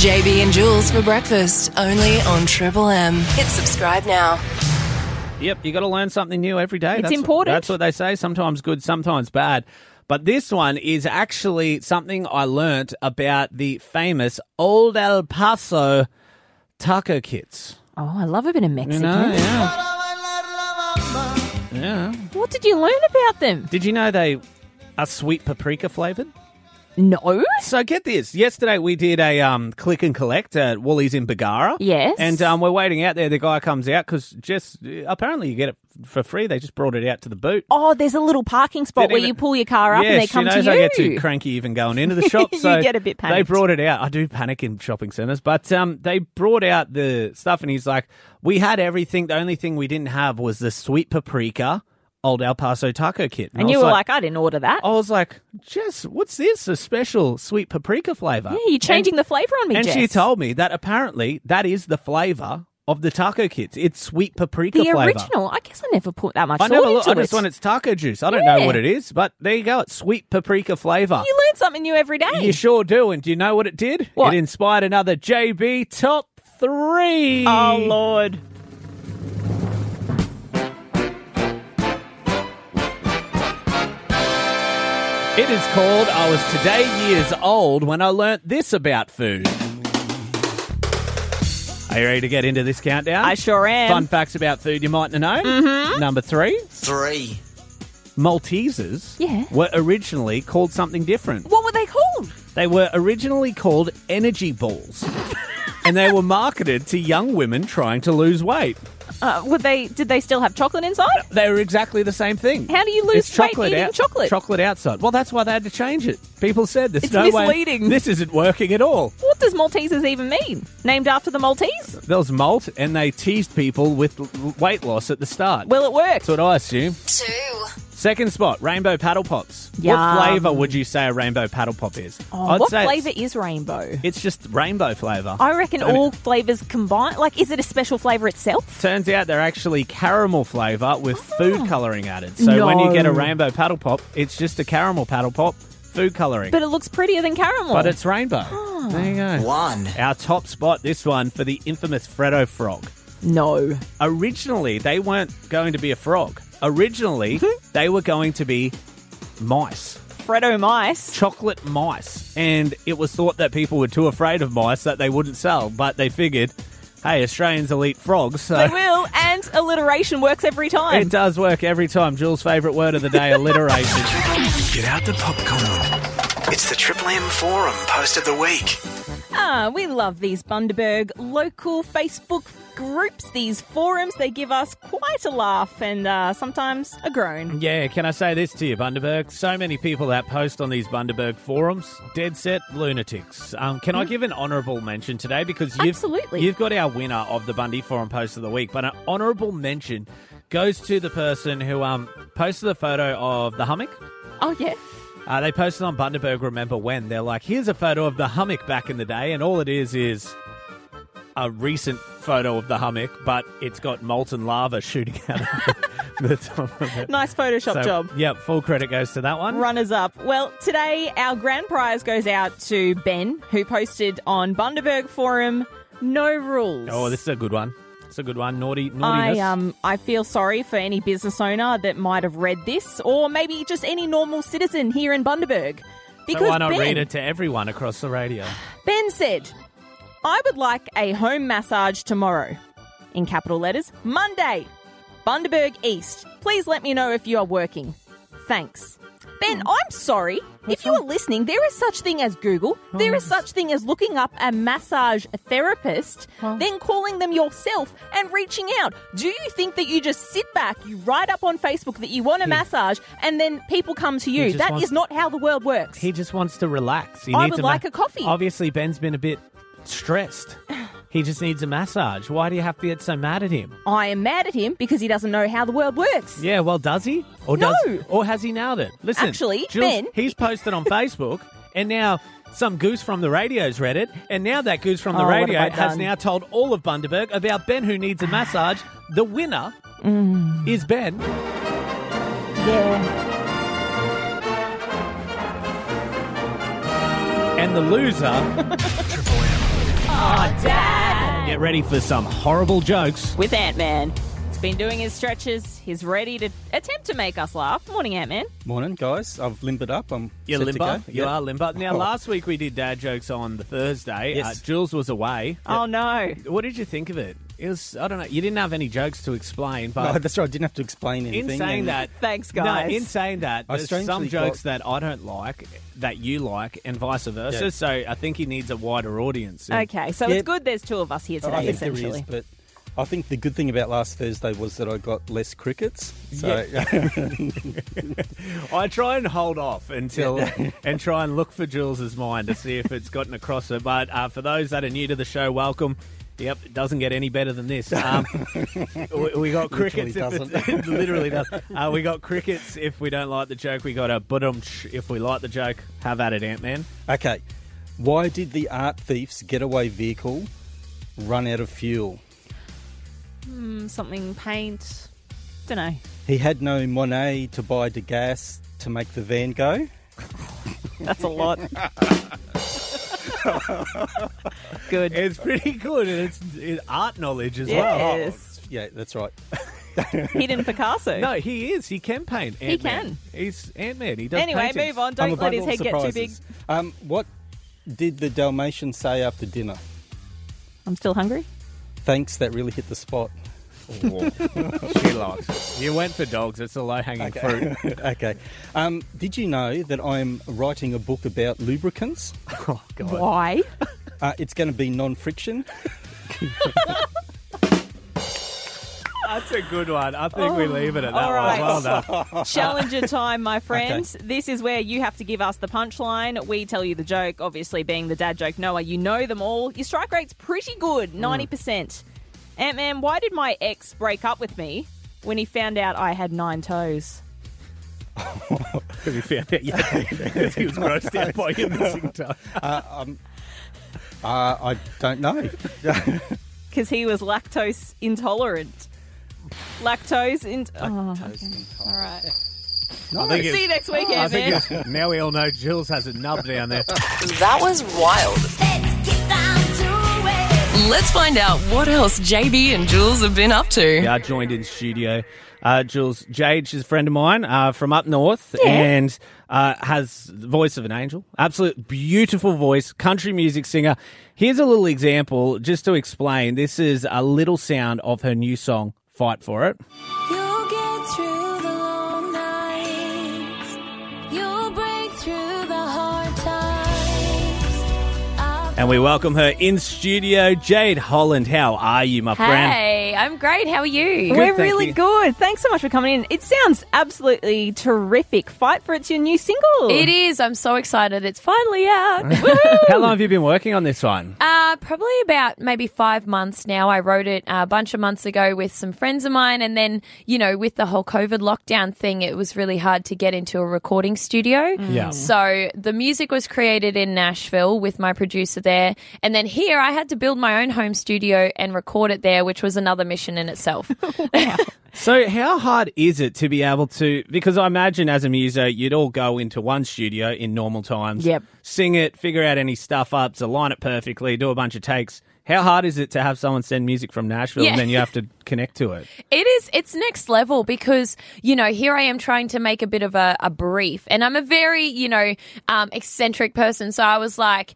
JB and Jules for breakfast, only on Triple M. Hit subscribe now. Yep, you got to learn something new every day. It's that's, important. That's what they say. Sometimes good, sometimes bad. But this one is actually something I learnt about the famous Old El Paso taco kits. Oh, I love a bit of You Mexican. know, yeah. Yeah. What did you learn about them? Did you know they are sweet paprika flavored? No. So get this. Yesterday we did a um, click and collect at Woolies in Bagara. Yes. And um, we're waiting out there. The guy comes out because just apparently you get it for free. They just brought it out to the boot. Oh, there's a little parking spot Didn't where even- you pull your car up yeah, and they come she to knows you. I get too cranky even going into the shop. You so get a bit They panicked. brought it out. I do panic in shopping centres, but um, they brought out the stuff, and he's like, "We had everything. The only thing we didn't have was the sweet paprika, old El Paso taco kit." and I you was Oh, were like, I didn't order that. "I was like, Jess, what's this? A special sweet paprika flavour?" yeah, you're changing the flavour on me, And Jess. she told me that apparently that is the flavour of the taco kits. It's sweet paprika the flavour. original. I guess I never put that much I thought never. into I it. just want its taco juice. I don't know Yeah. what it is, but there you go. It's sweet paprika flavour. You learn something new every day. You sure do. And do you know what it did? What? It inspired another JB top three. oh Lord. It is called I Was Today Years Old When I Learnt This About Food. Are you ready to get into this countdown? I sure am. Fun facts about food you mightn't know. Mm-hmm. Number three, Three. Maltesers Yeah. were originally called something different. What were they called? They were originally called energy balls. and they were marketed to young women trying to lose weight. Uh, were they? Did they still have chocolate inside? They were exactly the same thing. How do you lose it's weight chocolate eating out- chocolate? Chocolate outside. Well, that's why they had to change it. People said there's It's no way misleading. this isn't working at all. What does Maltesers even mean? Named after the Maltese? There was malt, and they teased people with l- l- weight loss at the start. Well, it worked. that's what I assume. Two. Second spot, rainbow paddle pops. Yum. What flavour would you say a rainbow paddle pop is? Oh, what say flavour It's, is rainbow? it's just rainbow flavour. I reckon I mean- all flavours combined. Like, is it a special flavour itself? Turns out they're actually caramel flavour with food colouring added. So when you Ah. No. get a rainbow paddle pop, it's just a caramel paddle pop, food colouring. But it looks prettier than caramel. But it's rainbow. There you go. One. Our top spot, this one, for the infamous Freddo frog. no. Originally, they weren't going to be a frog. Originally, they were going to be mice, Freddo mice. chocolate mice. And it was thought that people were too afraid of mice that they wouldn't sell, but they figured, hey, Australians will eat frogs, so They will, and alliteration works every time. it does work every time. Jules' favourite word of the day, alliteration. Get out the popcorn. It's the Triple M Forum post of the week. Ah, we love these Bundaberg local Facebook groups, these forums. They give us quite a laugh and uh, sometimes a groan. Yeah, can I say this to you, Bundaberg? So many people that post on these Bundaberg forums, dead set lunatics. Um, can I give an honourable mention today because you've Absolutely. you've got our winner of the Bundy forum post of the week, but an honourable mention goes to the person who um posted the photo of the hummock. Oh, yeah. Uh, they posted on Bundaberg. Remember when they're like, here's a photo of the hummock back in the day, and all it is is. A recent photo of the hummock, but it's got molten lava shooting out of the, the top of it. Nice Photoshop So, job. Yep, full credit goes to that one. Runners up. Well, today our grand prize goes out to Ben, who posted on Bundaberg Forum No Rules. Oh, this is a good one. It's a good one. Naughty, naughtiness. I um I feel sorry for any business owner that might have read this, or maybe just any normal citizen here in Bundaberg. Because so why not ben, read it to everyone across the radio? Ben said, I would like a home massage tomorrow. In capital letters, Monday, Bundaberg East. Please let me know if you are working. Thanks. Ben, I'm sorry. if you are listening, there is such thing as Google. there is such thing as looking up a massage therapist, then calling them yourself and reaching out. Do you think that you just sit back, you write up on Facebook that you want a massage, and then people come to you? just That wants- is not how the world works. He just wants to relax. He I needs would a ma- like a coffee. Obviously, Ben's been a bit stressed. he just needs a massage. Why do you have to get so mad at him? I am mad at him because he doesn't know how the world works. Yeah, well, does he? Or No. does or has he nailed it? Listen, Actually, Jules, Ben- he's posted on Facebook, and now some goose from the radio's read it, and now that goose from the Oh, what have radio I has done? now told all of Bundaberg about Ben who needs a massage. The winner Mm. is Ben. Yeah. And the loser Triple M. Get ready for some horrible jokes. With Ant Man. He's been doing his stretches. He's ready to attempt to make us laugh. Morning, Ant Man. Morning, guys. I've limbered up. I'm You're set to limber. go. You Yeah. are limber. Now, Oh. last week we did dad jokes on the Thursday. Yes. Uh, Jules was away. Oh, no. What did you think of it? It was, I don't know, you didn't have any jokes to explain, Oh, but that's right. I didn't have to explain anything. in saying and- that, Thanks, no, guys. in saying that, I there's some strangely jokes got- that I don't like that you like, and vice versa. Yeah. So I think he needs a wider audience. And Okay, so Yeah. it's good there's two of us here I today, think there essentially. is, but I think the good thing about last Thursday was that I got less crickets. So I try and hold off until and try and look for Jules's mind to see if it's gotten across her. But uh, for those that are new to the show, welcome. Yep, it doesn't get any better than this. Um, we, we got crickets. Literally if it's- it literally doesn't. Uh, we got crickets if we don't like the joke. We got a budumch if we like the joke. Have at it, Ant Man. okay, why did the art thief's getaway vehicle run out of fuel? Mm, something paint. Don't know. He had no Monet to buy the gas to make the van go. That's a lot. good. It's pretty good, and it's, it's art knowledge as well. Oh, yes. Yeah, that's right. Hidden Picasso. No, he is. He can paint. Ant-Man. can. He's Ant Man. He does. Anyway, paintings. move on. I'm Don't above let his all head get too big. surprises. Um, what did the Dalmatian say after dinner? I'm still hungry. Thanks, that really hit the spot. she likes it. You went for dogs. It's a low hanging fruit. okay. Um, did you know that I'm writing a book about lubricants? Oh God. Why? Uh, it's going to be non-friction. That's a good one. I think we leave it at that Oh, all one. right. Well done. Uh, Challenger time, my friends. This is where you have to give us the punchline. We tell you the joke. Obviously, being the dad joke Noah, you know them all. Your strike rate's pretty Mm. good 90%. Ant Man, why did my ex break up with me when he found out I had nine toes? we found out. Yeah, he was grossed out by your missing toe. Uh, I don't know. Because he was lactose intolerant. Lactose in. Oh, all right. I think See you it's- next week, I Ant think Man. it's- now we all know Jules has a nub down there. That was wild. Let's find out what else JB and Jules have been up to. We are joined in studio. Uh, Jules Jade, she's a friend of mine uh, from up north and uh, has the voice of an angel. Absolute beautiful voice, country music singer. Here's a little example just to explain. This is a little sound of her new song, Fight For It. You'll get through the long nights. You'll break through the hard times. And we welcome her in studio, Jade Holland. How are you, my friend? Hey, I'm great. How are you? We're thank really you. good. Thanks so much for coming in. It sounds absolutely terrific. Fight for it's your new single. It is. I'm so excited. It's finally out. How long have you been working on this one? uh, probably about maybe five months now. I wrote it uh, a bunch of months ago with some friends of mine. And then, you know, with the whole COVID lockdown thing, it was really hard to get into a recording studio. Yeah. So the music was created in Nashville with my producer there. And then here I had to build my own home studio and record it there, which was another mission in itself. So, how hard is it to be able to? Because I imagine as a muser, you'd all go into one studio in normal times, Yep. sing it, figure out any stuff ups, align it perfectly, do a bunch of takes. How hard is it to have someone send music from Nashville Yeah. and then you have to connect to it? It is. It's next level because you know here I am trying to make a bit of a, a brief, and I'm a very you know um, eccentric person. So I was like.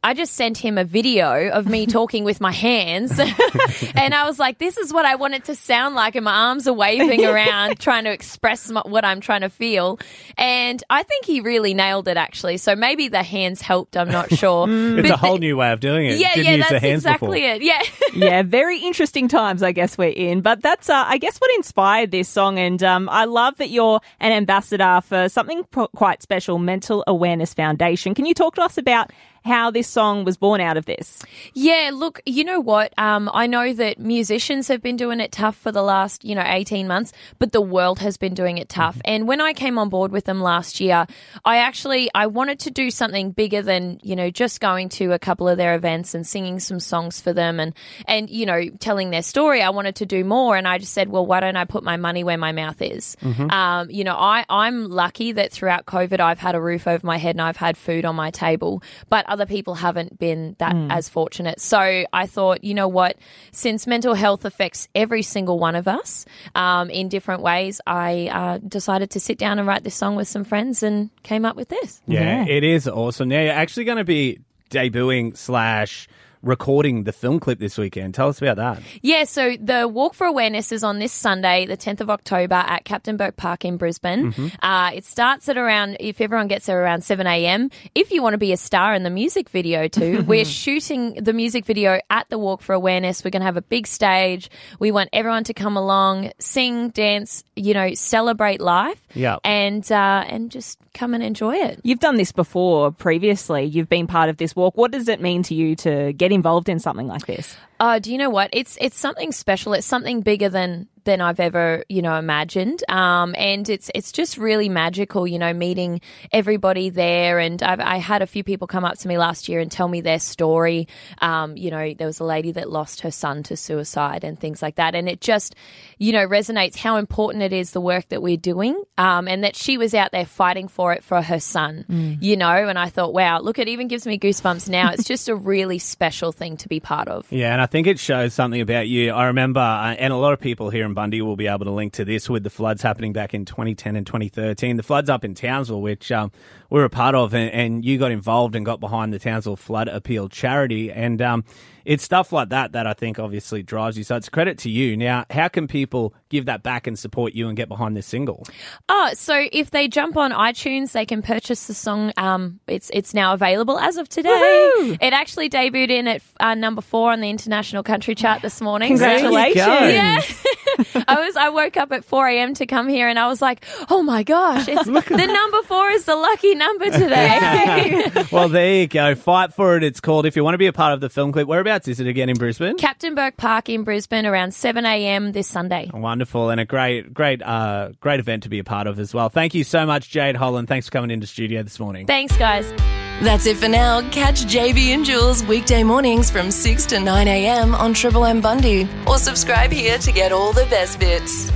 I just sent him a video of me talking with my hands. and I was like, this is what I want it to sound like. And my arms are waving around, trying to express my, what I'm trying to feel. And I think he really nailed it, actually. So maybe the hands helped. I'm not sure. It's But a whole new way of doing it. yeah, Didn't yeah, use the that's hands exactly before. it. Yeah. yeah, very interesting times, I guess we're in. But that's, uh, I guess, what inspired this song. And um, I love that you're an ambassador for something pro- quite special, Mental Awareness Foundation. Can you talk to us about how this song was born out of this? Yeah, look, you know what? Um, I know that musicians have been doing it tough for the last, you know, 18 months, but the world has been doing it tough. And when I came on board with them last year, I actually I wanted to do something bigger than, you know, just going to a couple of their events and singing some songs for them and and you know, telling their story. I wanted to do more and I just said, well, why don't I put my money where my mouth is? Um, you know, I I'm lucky that throughout COVID I've had a roof over my head and I've had food on my table, but other people haven't been that as fortunate. So I thought, you know what? Since mental health affects every single one of us um, in different ways, I uh, decided to sit down and write this song with some friends and came up with this. Yeah, it is awesome. Now you're actually going to be debuting slash recording the film clip this weekend. Tell us about that. Yeah, so the Walk for Awareness is on this Sunday, the 10th of October at Captain Burke Park in Brisbane. Uh, it starts at around, if everyone gets there around 7 a.m. If you want to be a star in the music video too, we're shooting the music video at the Walk for Awareness. We're going to have a big stage. We want everyone to come along, sing, dance, you know, celebrate life. Yeah. And, uh, and just come and enjoy it. You've done this before previously. You've been part of this walk. What does it mean to you to get involved in something like this? Oh, do you know what? It's it's something special. It's something bigger than than I've ever you know imagined. Um, and it's it's just really magical. You know, meeting everybody there, and I've, I had a few people come up to me last year and tell me their story. Um, you know, there was a lady that lost her son to suicide and things like that, and it just you know resonates how important it is the work that we're doing, um, and that she was out there fighting for it for her son. You know, and I thought, wow, look, it even gives me goosebumps now. it's just a really special thing to be part of. Yeah, and I think it shows something about you. I remember, uh, and a lot of people here in Bundy will be able to link to this with the floods happening back in 2010 and 2013. The floods up in Townsville, which um, we were a part of, and, and you got involved and got behind the Townsville Flood Appeal charity. And um, it's stuff like that that I think obviously drives you. So it's credit to you. Now, how can people give that back and support you and get behind this single? Oh, so if they jump on iTunes, they can purchase the song. Um, it's it's now available as of today. It actually debuted in at uh, number four on the international country chart this morning. So- Congratulations. Yeah. I was. I woke up at four a.m. to come here, and I was like, "Oh my gosh! It's, the number four is the lucky number today." well, there you go. Fight for it. It's called. If you want to be a part of the film clip, whereabouts is it again in Brisbane? Captain Burke Park in Brisbane around seven a.m. this Sunday. Wonderful and a great, great, uh, great event to be a part of as well. Thank you so much, Jade Holland. Thanks for coming into studio this morning. Thanks, guys. That's it for now. Catch JB and Jules weekday mornings from 6 to 9 a.m. on Triple M Bundy or subscribe here to get all the best bits.